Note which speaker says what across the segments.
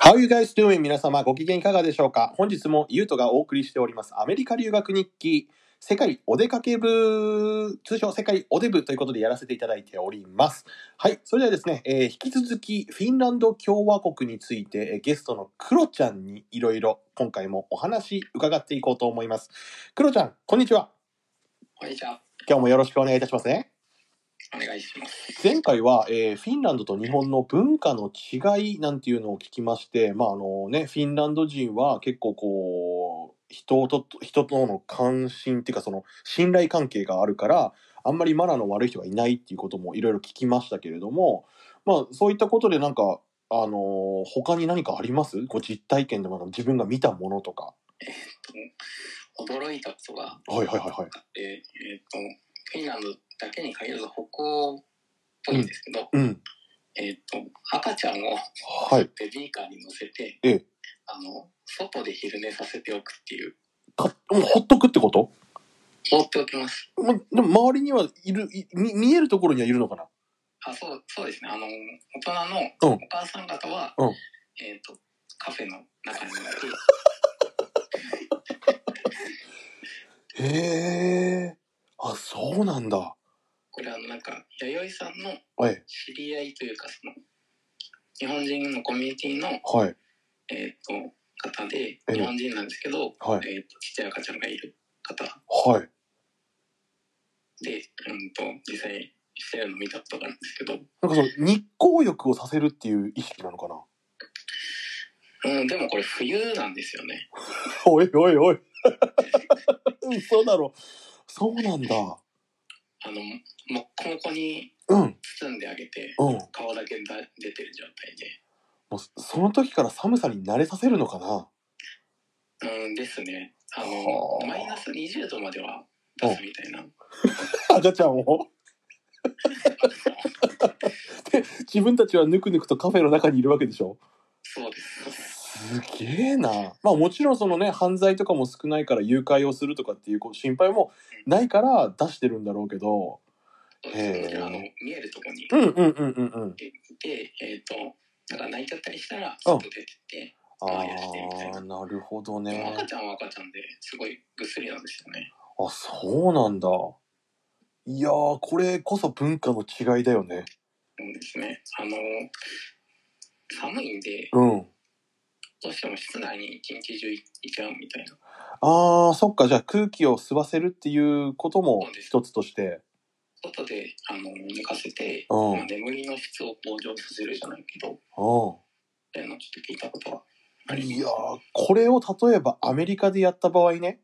Speaker 1: How you guys doing? 皆様ご機嫌いかがでしょうか本日もゆうとがお送りしておりますアメリカ留学日記世界お出かけ部通称世界おデブということでやらせていただいております。はい。それではですね、えー引き続きフィンランド共和国についてえーゲストのクロちゃんにいろいろ今回もお話伺っていこうと思います。クロちゃん、こんにちは。
Speaker 2: こんにちは。
Speaker 1: 今日もよろしくお願いいたしますね。
Speaker 2: お願いします。
Speaker 1: 前回は、えーフィンランドと日本の文化の違いなんていうのを聞きまして、まああのね、フィンランド人は結構こう人と人との関心っていうかその信頼関係があるからあんまりマナーの悪い人がいないっていうこともいろいろ聞きましたけれども、まあ、そういったことでなんか、あのー他に何かありますご実体験でも自分が見たものとか。
Speaker 2: 驚いたことがあ
Speaker 1: はいはいはいはい。
Speaker 2: って、えっ、と、フィンランドだけに限らず北欧っぽいんですけど、
Speaker 1: うん。
Speaker 2: えっ、と、赤ちゃんを
Speaker 1: はい。
Speaker 2: ベビーカーに乗せて、
Speaker 1: ええ
Speaker 2: あの、外で昼寝させておくっていう、
Speaker 1: かもうほっとくってこと
Speaker 2: 放っておきます。
Speaker 1: ま、でも周りにはいるい見、見えるところにはいるのかな
Speaker 2: あ、そう、そうですね。あの、大人
Speaker 1: うん
Speaker 2: のお母さん方は、
Speaker 1: うん
Speaker 2: えっ、と、カフェの中にいて、
Speaker 1: へえ。あ、そうなんだ。
Speaker 2: これあの、なんか、弥生さんの
Speaker 1: はい。
Speaker 2: 知り合いというか、その、日本人のコミュニティの
Speaker 1: はい。
Speaker 2: えっ、と、方で、
Speaker 1: え
Speaker 2: 日本人なんですけど、
Speaker 1: はい。
Speaker 2: えっ、と、ちっちゃい赤ちゃんがいる方
Speaker 1: はい。
Speaker 2: で、うんと、実際してるの見たことがあるんですけど、
Speaker 1: なんかその日光浴をさせるっていう意識なのかな
Speaker 2: うん、でもこれ冬なんですよね。
Speaker 1: おいおいおい。 嘘だろ。そうなんだ。
Speaker 2: あの、もっこもこに
Speaker 1: うん。
Speaker 2: 包んであげて、
Speaker 1: うん。
Speaker 2: 顔だけだ出てる状態
Speaker 1: もうその時から寒さに慣れさせるのかな
Speaker 2: で、うんですね。あ
Speaker 1: はあ
Speaker 2: の、マイナス20度までは出すみたいな。
Speaker 1: 赤ちゃんを 自分たちはぬくぬくとカフェの中にいるわけでしょ
Speaker 2: そうです。
Speaker 1: すげえな。まあもちろんそのね、犯罪とかも少ないから誘拐をするとかっていうこう心配もないから出してるんだろうけど。
Speaker 2: そう
Speaker 1: へえ
Speaker 2: ですあの、見えるとこに
Speaker 1: うんうんうんうんうん。
Speaker 2: いて、えっ、と、なんか泣いちゃったりしたら、外出てって、
Speaker 1: あ
Speaker 2: あやしてみたい
Speaker 1: あ
Speaker 2: な
Speaker 1: ーなるほど
Speaker 2: でも
Speaker 1: ね
Speaker 2: 赤ちゃんは赤ちゃんですごいぐっすりなんですよね。
Speaker 1: あそうなんだいやーこれこそ文化の違いだよね
Speaker 2: そうですね。あの、寒いんで、
Speaker 1: うん
Speaker 2: どうしても室内に一日中いちゃうみたいな。
Speaker 1: あーそっかじゃあ空気を吸わせるっていうことも一つとして
Speaker 2: 外で、あの、寝かせて、
Speaker 1: うん
Speaker 2: まあ眠りの質を向上させるじゃないけど、
Speaker 1: う
Speaker 2: そういうのをちょっと聞いたことはあ
Speaker 1: ん
Speaker 2: ります。
Speaker 1: いやーこれを例えばアメリカでやった場合ね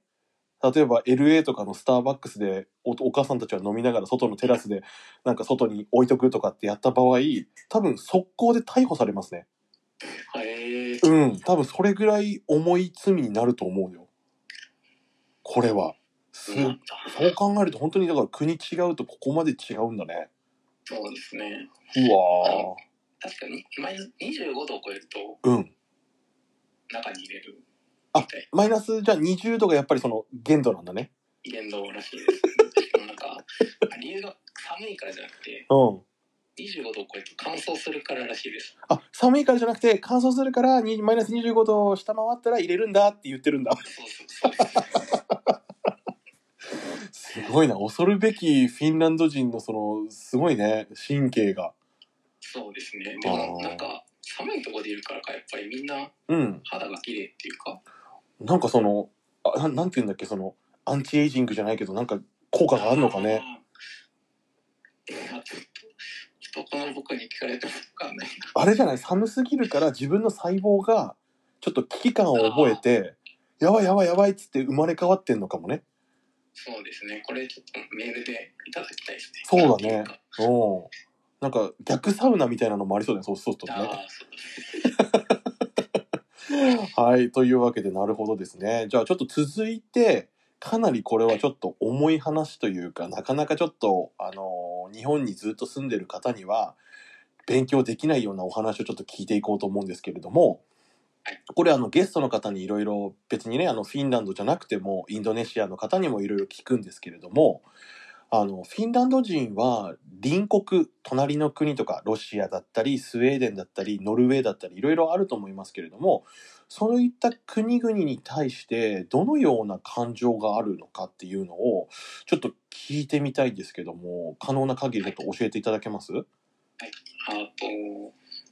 Speaker 1: 例えば LA とかのスターバックスでおお母さんたちは飲みながら外のテラスで なんか外に置いとくとかってやった場合多分速攻で逮捕されますね
Speaker 2: へえ
Speaker 1: うん、多分それぐらい重い罪になると思うよ。これは。す
Speaker 2: そうなんだ
Speaker 1: そう考えると本当にだから国違うとここまで違うんだね。
Speaker 2: そうですね。
Speaker 1: うわ
Speaker 2: 確かに、マイナス25度を超えると
Speaker 1: ーうん。
Speaker 2: 中に入れる
Speaker 1: あ
Speaker 2: みたい
Speaker 1: マイナスじゃあ20度がやっぱりその限度なんだね。
Speaker 2: 言動らしいです。 しかもなんか、理由が寒いからじゃなくて、
Speaker 1: うん。
Speaker 2: 25度を超えると乾燥するかららしいです。
Speaker 1: あ、寒いからじゃなくて乾燥するからにマイナス25度を下回ったら入れるんだって言ってるんだ。
Speaker 2: そうそうそうです。
Speaker 1: すごいな。恐るべきフィンランド人のその、すごいね、神経が。
Speaker 2: そうですね。でも
Speaker 1: あー
Speaker 2: なんか寒いところでいるからかやっぱりみんな
Speaker 1: うん。
Speaker 2: 肌が綺麗っていうか、
Speaker 1: なんかその、あななんて言うんだっけ、その、アンチエイジングじゃないけど、なんか効果があるのかね。
Speaker 2: あー。いやちょっと男の僕に聞かれてもわかんないな。
Speaker 1: あれじゃない寒すぎるから自分の細胞がちょっと危機感を覚えて、やばいやばいやばいっつって生まれ変わってんのかもね。
Speaker 2: そうですね。これちょっとメールでいただきたいですね。
Speaker 1: そうだね
Speaker 2: なんていか
Speaker 1: うん。なんか逆サウナみたいなのもありそうだね、そうそうするとね。
Speaker 2: ああ、そうで す
Speaker 1: はい、というわけでなるほどですね。じゃあちょっと続いて、かなりこれはちょっと重い話というか、なかなかちょっと、あのー日本にずっと住んでる方には、勉強できないようなお話をちょっと聞いていこうと思うんですけれども、これあのゲストの方にいろいろ別にねあのフィンランドじゃなくてもインドネシアの方にもいろいろ聞くんですけれどもあの、フィンランド人は隣国、隣の国とか、ロシアだったり、スウェーデンだったり、ノルウェーだったり、いろいろあると思いますけれども、そういった国々に対して、どのような感情があるのかっていうのを、ちょっと聞いてみたいんですけども、可能な限りちょっと教えていただけます
Speaker 2: あと、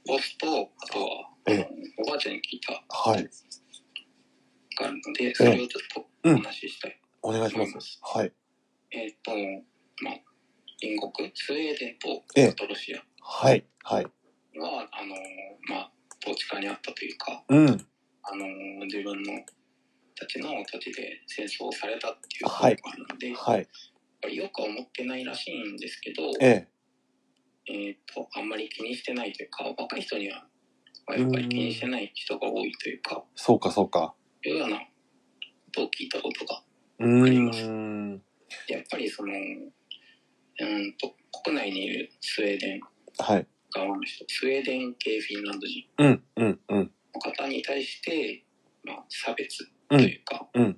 Speaker 2: ボスと、あとは、
Speaker 1: え
Speaker 2: おばあちゃんに聞いた
Speaker 1: はい。
Speaker 2: があるので、それをちょっとお話ししたい
Speaker 1: お願いし
Speaker 2: と思
Speaker 1: ま。
Speaker 2: いますす。
Speaker 1: はい。
Speaker 2: えっと、まあ、隣国、スウェーデンと、
Speaker 1: ええ
Speaker 2: あとロシア
Speaker 1: はい。はい。
Speaker 2: は、あの、まあ、統治下にあったというか、
Speaker 1: うん。
Speaker 2: あの、自分のたちの土地で戦争されたっていう
Speaker 1: はい
Speaker 2: ことなので、やっ
Speaker 1: はい。
Speaker 2: ぱりよくは思ってないらしいんですけど、
Speaker 1: ええ。
Speaker 2: えっと、あんまり気にしてないというか、若い人には、やっぱり気にしてない人が多いというか、
Speaker 1: そうか、そうか。
Speaker 2: いうようなことを聞いたことが
Speaker 1: うーん。
Speaker 2: やっぱりその、うーんと、国内にいるスウェーデン
Speaker 1: はい。
Speaker 2: 側の人、スウェーデン系フィンランド人
Speaker 1: うん、うん、うん。
Speaker 2: の方に対して、まあ、差別
Speaker 1: う
Speaker 2: と
Speaker 1: ん、
Speaker 2: いうか、
Speaker 1: うん。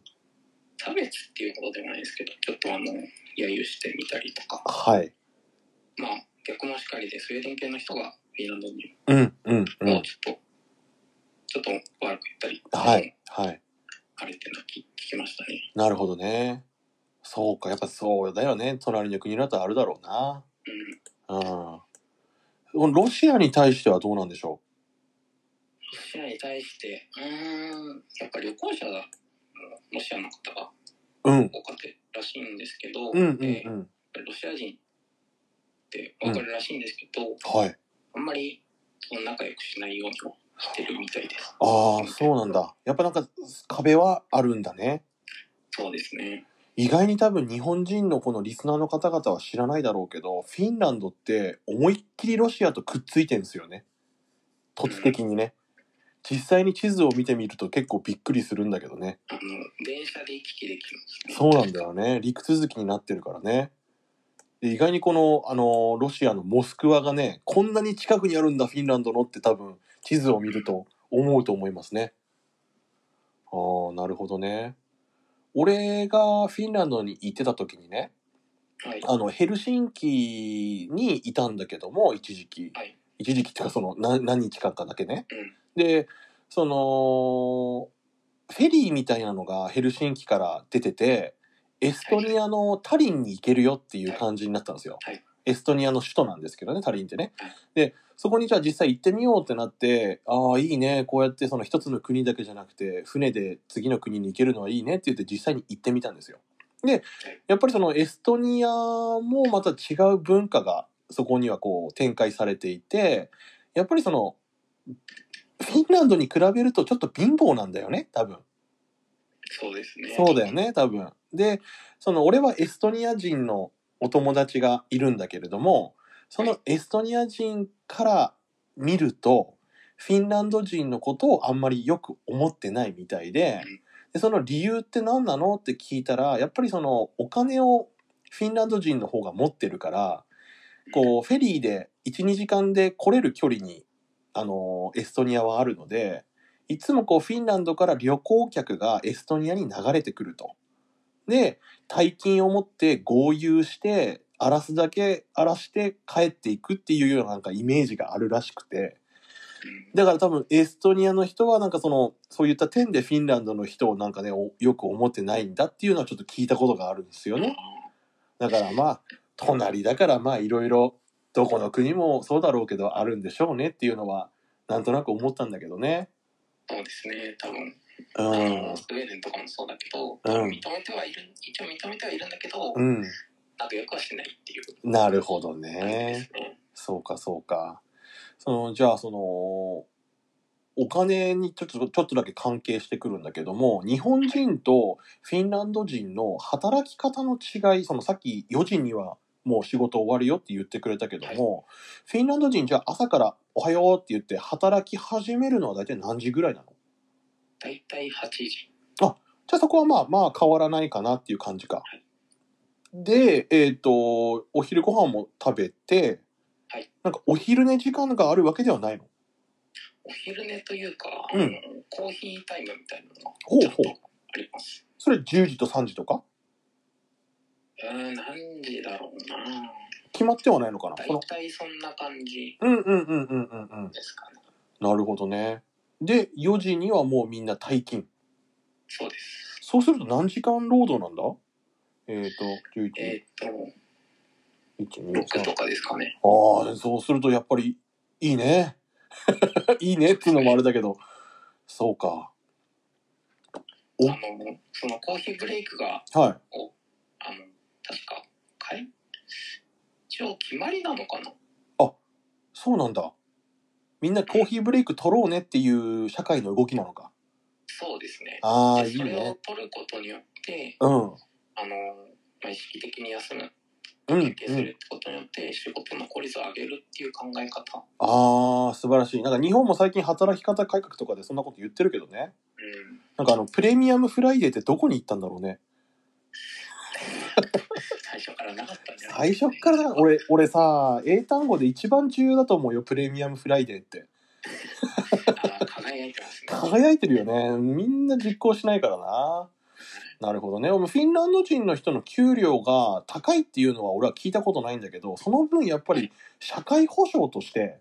Speaker 2: 差別っていうことではないですけど、ちょっとあの、揶揄してみたりとか、
Speaker 1: はい。
Speaker 2: まあ、逆もしかりで、スウェーデン系の人がフィンランド人
Speaker 1: うん、うん、う
Speaker 2: を
Speaker 1: ん。
Speaker 2: ちょっと、ちょっと悪く言ったり、
Speaker 1: はい、はい。
Speaker 2: あれっていうのは聞聞きましたね。
Speaker 1: なるほどね。そうか、やっぱそうだよね。隣の国だったらあるだろうな。
Speaker 2: うん。
Speaker 1: うん。このロシアに対してはどうなんでしょ
Speaker 2: ロシアに対して、うーん、やっぱ旅行者が、ロシアの方が
Speaker 1: ううん。
Speaker 2: 多かったらしいんですけど、
Speaker 1: うん、うん、う
Speaker 2: でやっ
Speaker 1: ん。
Speaker 2: ぱりロシア人って分かるらしいんですけど、
Speaker 1: はい。
Speaker 2: あんまりその仲良くしないようにもしてるみたいです。
Speaker 1: ああ、そうなんだ。やっぱなんか壁はあるんだね。
Speaker 2: そうですね。
Speaker 1: 意外に多分日本人のこのリスナーの方々は知らないだろうけど、フィンランドって思いっきりロシアとくっついてんですよね。突的にね。実際に地図を見てみると結構びっくりするんだけどね。
Speaker 2: あの電車で行き来できるんですね。
Speaker 1: そうなんだよね。陸続きになってるからね。で意外にこの、あの、ロシアのモスクワがね、こんなに近くにあるんだ、フィンランドのって多分、地図を見ると思うと思いますね。ああ、なるほどね。俺がフィンランドに行ってた時にね、
Speaker 2: はい。
Speaker 1: あの、ヘルシンキにいたんだけども、一時期。
Speaker 2: はい
Speaker 1: 一時期っていうか、その、な何日間かだけね。
Speaker 2: うん。
Speaker 1: で、その、フェリーみたいなのがヘルシンキから出てて、エストニアのタリンに行けるよっていう感じになったんですよ。
Speaker 2: はい
Speaker 1: エストニアの首都なんですけどね、タリンってね
Speaker 2: はい。
Speaker 1: で、そこにじゃあ実際行ってみようってなって、ああ、いいね、こうやってその一つの国だけじゃなくて、船で次の国に行けるのはいいねって言って実際に行ってみたんですよ。で、やっぱりそのエストニアもまた違う文化がそこにはこう展開されていて、やっぱりその、フィンランドに比べるとちょっと貧乏なんだよね、多分。
Speaker 2: そうですね。
Speaker 1: そうだよ。ね、多分。で、その俺はエストニア人のお友達がいるんだけれども、そのエストニア人から見ると、フィンランド人のことをあんまりよく思ってないみたいで
Speaker 2: うん、
Speaker 1: でその理由って何なのって聞いたら、やっぱりそのお金をフィンランド人の方が持ってるから、こう、フェリーで1、2時間で来れる距離に、あの、エストニアはあるので、いつもこうフィンランドから旅行客がエストニアに流れてくると。で、大金を持って豪遊して、荒らすだけ荒らして帰っていくっていうようななんかイメージがあるらしくて。
Speaker 2: うん
Speaker 1: だから多分エストニアの人はなんかその、そういった点でフィンランドの人をなんかね、およく思ってないんだっていうのはちょっと聞いたことがあるんですよね。だからまあ、隣だからまあいろいろ、どこの国もそうだろうけどあるんでしょうねっていうのは、なんとなく思ったんだけどね。
Speaker 2: そうですね。多分、
Speaker 1: う
Speaker 2: あ
Speaker 1: ん
Speaker 2: の。スウェーデンとかもそうだけど、
Speaker 1: うん
Speaker 2: 認めてはいる、一応認めてはいるんだけど、
Speaker 1: うん。
Speaker 2: 仲良くはしてないっていう
Speaker 1: なるほど
Speaker 2: 感じで
Speaker 1: ね
Speaker 2: す。ね。
Speaker 1: そうか、そうか。その、じゃあ、その、お金にちょっと、ちょっとだけ関係してくるんだけども、日本人とフィンランド人の働き方の違い、そのさっき4時にはもう仕事終わるよって言ってくれたけども、フィンランド人じゃあ朝からおはようって言って働き始めるのは大体何時ぐらいなの
Speaker 2: だいたい8時。
Speaker 1: じゃあそこはまあまあ変わらないかなっていう感じか。で、えっ、と、お昼ご飯も食べて、
Speaker 2: はい
Speaker 1: なんかお昼寝時間があるわけではないの
Speaker 2: お昼寝というか、
Speaker 1: うん
Speaker 2: あのコーヒータイムみたいなのが
Speaker 1: ほう
Speaker 2: ちょっ
Speaker 1: ほう
Speaker 2: とあります。
Speaker 1: それ10時と3時とか
Speaker 2: えうん、何時だろうな。
Speaker 1: 決まってはないのかなこ
Speaker 2: 大
Speaker 1: の
Speaker 2: 体そんな感じ
Speaker 1: うんうんうんうんうんうん
Speaker 2: ですかね。
Speaker 1: なるほどねで4時にはもうみんな退勤
Speaker 2: そうです。
Speaker 1: そうすると何時間労働なんだえっ、
Speaker 2: えーっ
Speaker 1: と
Speaker 2: と、6
Speaker 1: 1112
Speaker 2: とかですかね。
Speaker 1: ああそうするとやっぱりいいね いいねっていうのもあれだけどそうか
Speaker 2: あ
Speaker 1: お
Speaker 2: の、そのコーヒーブレイクが、
Speaker 1: は
Speaker 2: あの、確か、かい一応決まりなのかない
Speaker 1: そうなんだみんなコーヒーブレイク取ろうねっていう社会の動きなのか
Speaker 2: そうですね。
Speaker 1: ああ
Speaker 2: で
Speaker 1: いい
Speaker 2: それを
Speaker 1: ね
Speaker 2: 取ることによって、
Speaker 1: うん
Speaker 2: あの、まあ、意識的に休む、
Speaker 1: うんう
Speaker 2: 休憩するっ
Speaker 1: ん
Speaker 2: てことによって、仕事の効率を上げるっていう考え方。
Speaker 1: ああ素晴らしいなんか日本も最近働き方改革とかでそんなこと言ってるけどね
Speaker 2: うん。
Speaker 1: なんかあのプレミアムフライデーってどこに行ったんだろうね
Speaker 2: 最初からなかったんじゃない
Speaker 1: 最初っからだ俺俺さ英単語で一番重要だと思うよプレミアムフライデーって
Speaker 2: あー輝いてますね。
Speaker 1: 輝いてるよねみんな実行しないからななるほどね俺もフィンランド人の人の給料が高いっていうのは俺は聞いたことないんだけどその分やっぱり社会保障として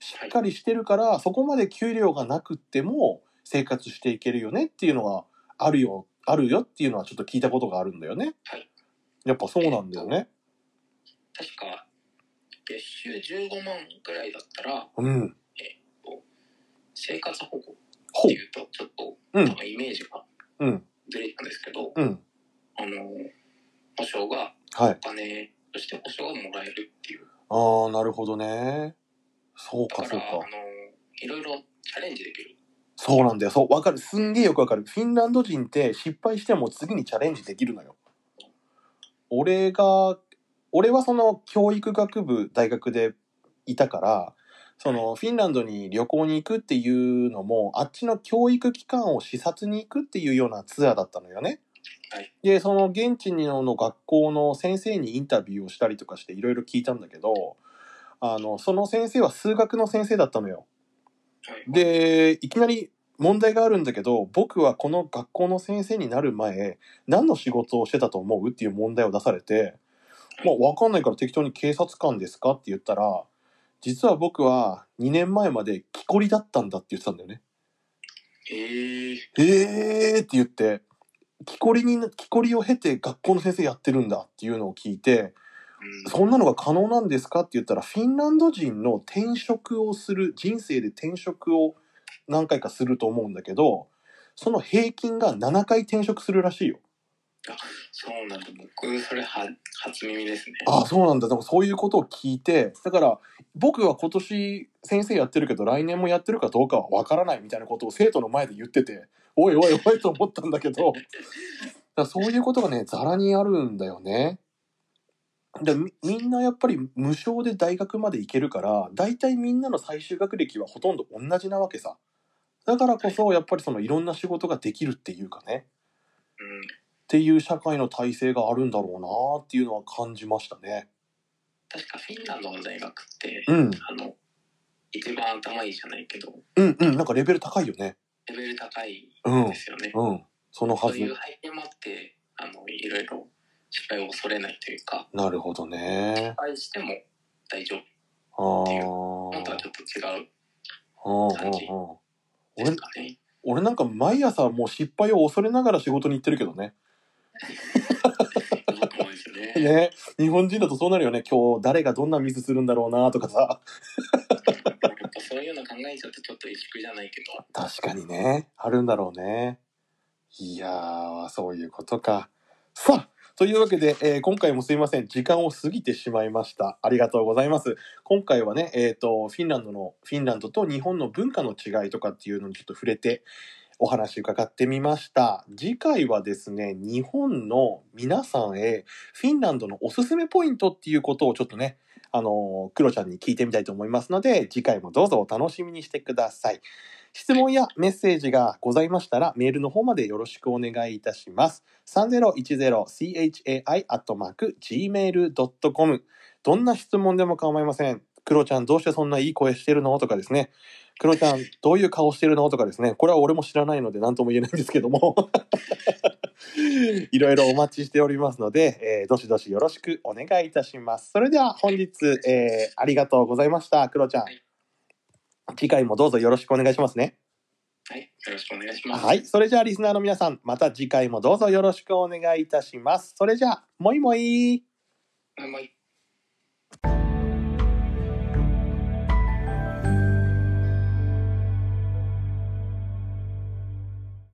Speaker 1: しっかりしてるからそこまで給料がなくっても生活していけるよねっていうのがあるよあるよっていうのはちょっと聞いたことがあるんだよね
Speaker 2: はい
Speaker 1: やっぱそうなんだよね
Speaker 2: 確か、月収15万ぐらいだったら、
Speaker 1: うん
Speaker 2: 生活保護っ
Speaker 1: ほ
Speaker 2: ていうと、ちょっと、
Speaker 1: う
Speaker 2: 多
Speaker 1: ん
Speaker 2: 分イメージが
Speaker 1: うん
Speaker 2: ずれたんですけど、
Speaker 1: うん
Speaker 2: あの、保証が、
Speaker 1: はい
Speaker 2: お金として保証がもらえるっていう。
Speaker 1: ああ、なるほどね。そう
Speaker 2: だ
Speaker 1: か、
Speaker 2: か
Speaker 1: そう
Speaker 2: ら、あの
Speaker 1: か。、
Speaker 2: いろいろチャレンジできる。
Speaker 1: そうなんだよ。そう、わかる。すんげえよくわかる。フィンランド人って失敗しても次にチャレンジできるのよ。俺が、俺はその教育学部大学でいたから、そのフィンランドに旅行に行くっていうのも、あっちの教育機関を視察に行くっていうようなツアーだったのよね。
Speaker 2: はい
Speaker 1: で、その現地の学校の先生にインタビューをしたりとかしていろいろ聞いたんだけど、あの、その先生は数学の先生だったのよ。
Speaker 2: はい、
Speaker 1: で、いきなり問題があるんだけど、僕はこの学校の先生になる前、何の仕事をしてたと思うっていう問題を出されて、まあ、わかんないから適当に警察官ですかって言ったら、実は僕は2年前まで木こりだったんだって言ってたんだよね。
Speaker 2: え
Speaker 1: え
Speaker 2: え
Speaker 1: ーって言って、木こりに、木こりを経て学校の先生やってるんだっていうのを聞いて、
Speaker 2: うん、
Speaker 1: そんなのが可能なんですかって言ったら、フィンランド人の転職をする、人生で転職を何回かすると思うんだけど、その平均が7回転職するらしいよ。
Speaker 2: そうなんだ。僕、それは、初耳ですね。
Speaker 1: ああ、そうなんだ。でもそういうことを聞いて、だから僕は今年先生やってるけど、来年もやってるかどうかはわからないみたいなことを生徒の前で言ってて、おいおいおいと思ったんだけ ど、だからそういうことがね、ざらにあるんだよね。でみみんなやっぱり無償で大学まで行けるから大体みんなの最終学歴はほとんど同じなわけさだからこそやっぱりそのいろんな仕事ができるっていうかね
Speaker 2: うん、
Speaker 1: っていう社会の体制があるんだろうなっていうのは感じましたね
Speaker 2: 確か、フィンランドの大学って、
Speaker 1: うん
Speaker 2: あの、一番頭いいじゃないけど、
Speaker 1: うんうんなんかレベル高いよね
Speaker 2: レベル高い
Speaker 1: うん
Speaker 2: ですよね。
Speaker 1: うんそのは
Speaker 2: そういう
Speaker 1: ず
Speaker 2: 背景もあって、あの、いろいろ失敗を恐れないというか、
Speaker 1: なるほどね
Speaker 2: 失敗しても大丈夫。
Speaker 1: ああ
Speaker 2: 本当はちょっと違う
Speaker 1: うんうん
Speaker 2: 感じ
Speaker 1: うん
Speaker 2: んですか ね。
Speaker 1: 俺なんか毎朝もう失敗を恐れながら仕事に行ってるけどね
Speaker 2: 僕もですね。
Speaker 1: ね日本人だとそうなるよね今日誰がどんなミスするんだろうなとかさ
Speaker 2: やっぱそういうの考えちゃってちょっと萎縮じゃないけど、
Speaker 1: 確かにね。あるんだろうね。いやー、そういうことか。さあというわけで、えー今回もすいません。時間を過ぎてしまいました。ありがとうございます。今回はね、えっ、と、フィンランドの、フィンランドと日本の文化の違いとかっていうのにちょっと触れて、お話伺ってみました。次回はですね、日本の皆さんへ、フィンランドのおすすめポイントっていうことをちょっとね、あのー、クロちゃんに聞いてみたいと思いますので、次回もどうぞお楽しみにしてください。質問やメッセージがございましたら、メールの方までよろしくお願いいたします。3010chai.gmail.com どんな質問でも構いません。クロちゃんどうしてそんないい声してるのとかですね。クロちゃんどういう顔してるのとかですね。これは俺も知らないので何とも言えないんですけども。 いろいろお待ちしておりますので、えーどしどしよろしくお願いいたします。それでは本日、えーありがとうございました、クロちゃん
Speaker 2: は。
Speaker 1: 次回もどうぞよろしくお願いしますね。
Speaker 2: はい、よろしくお願いします。
Speaker 1: はい。それじゃあ、リスナーの皆さん、また次回もどうぞよろしくお願いいたします。それじゃあ、もいもい。
Speaker 2: あんまり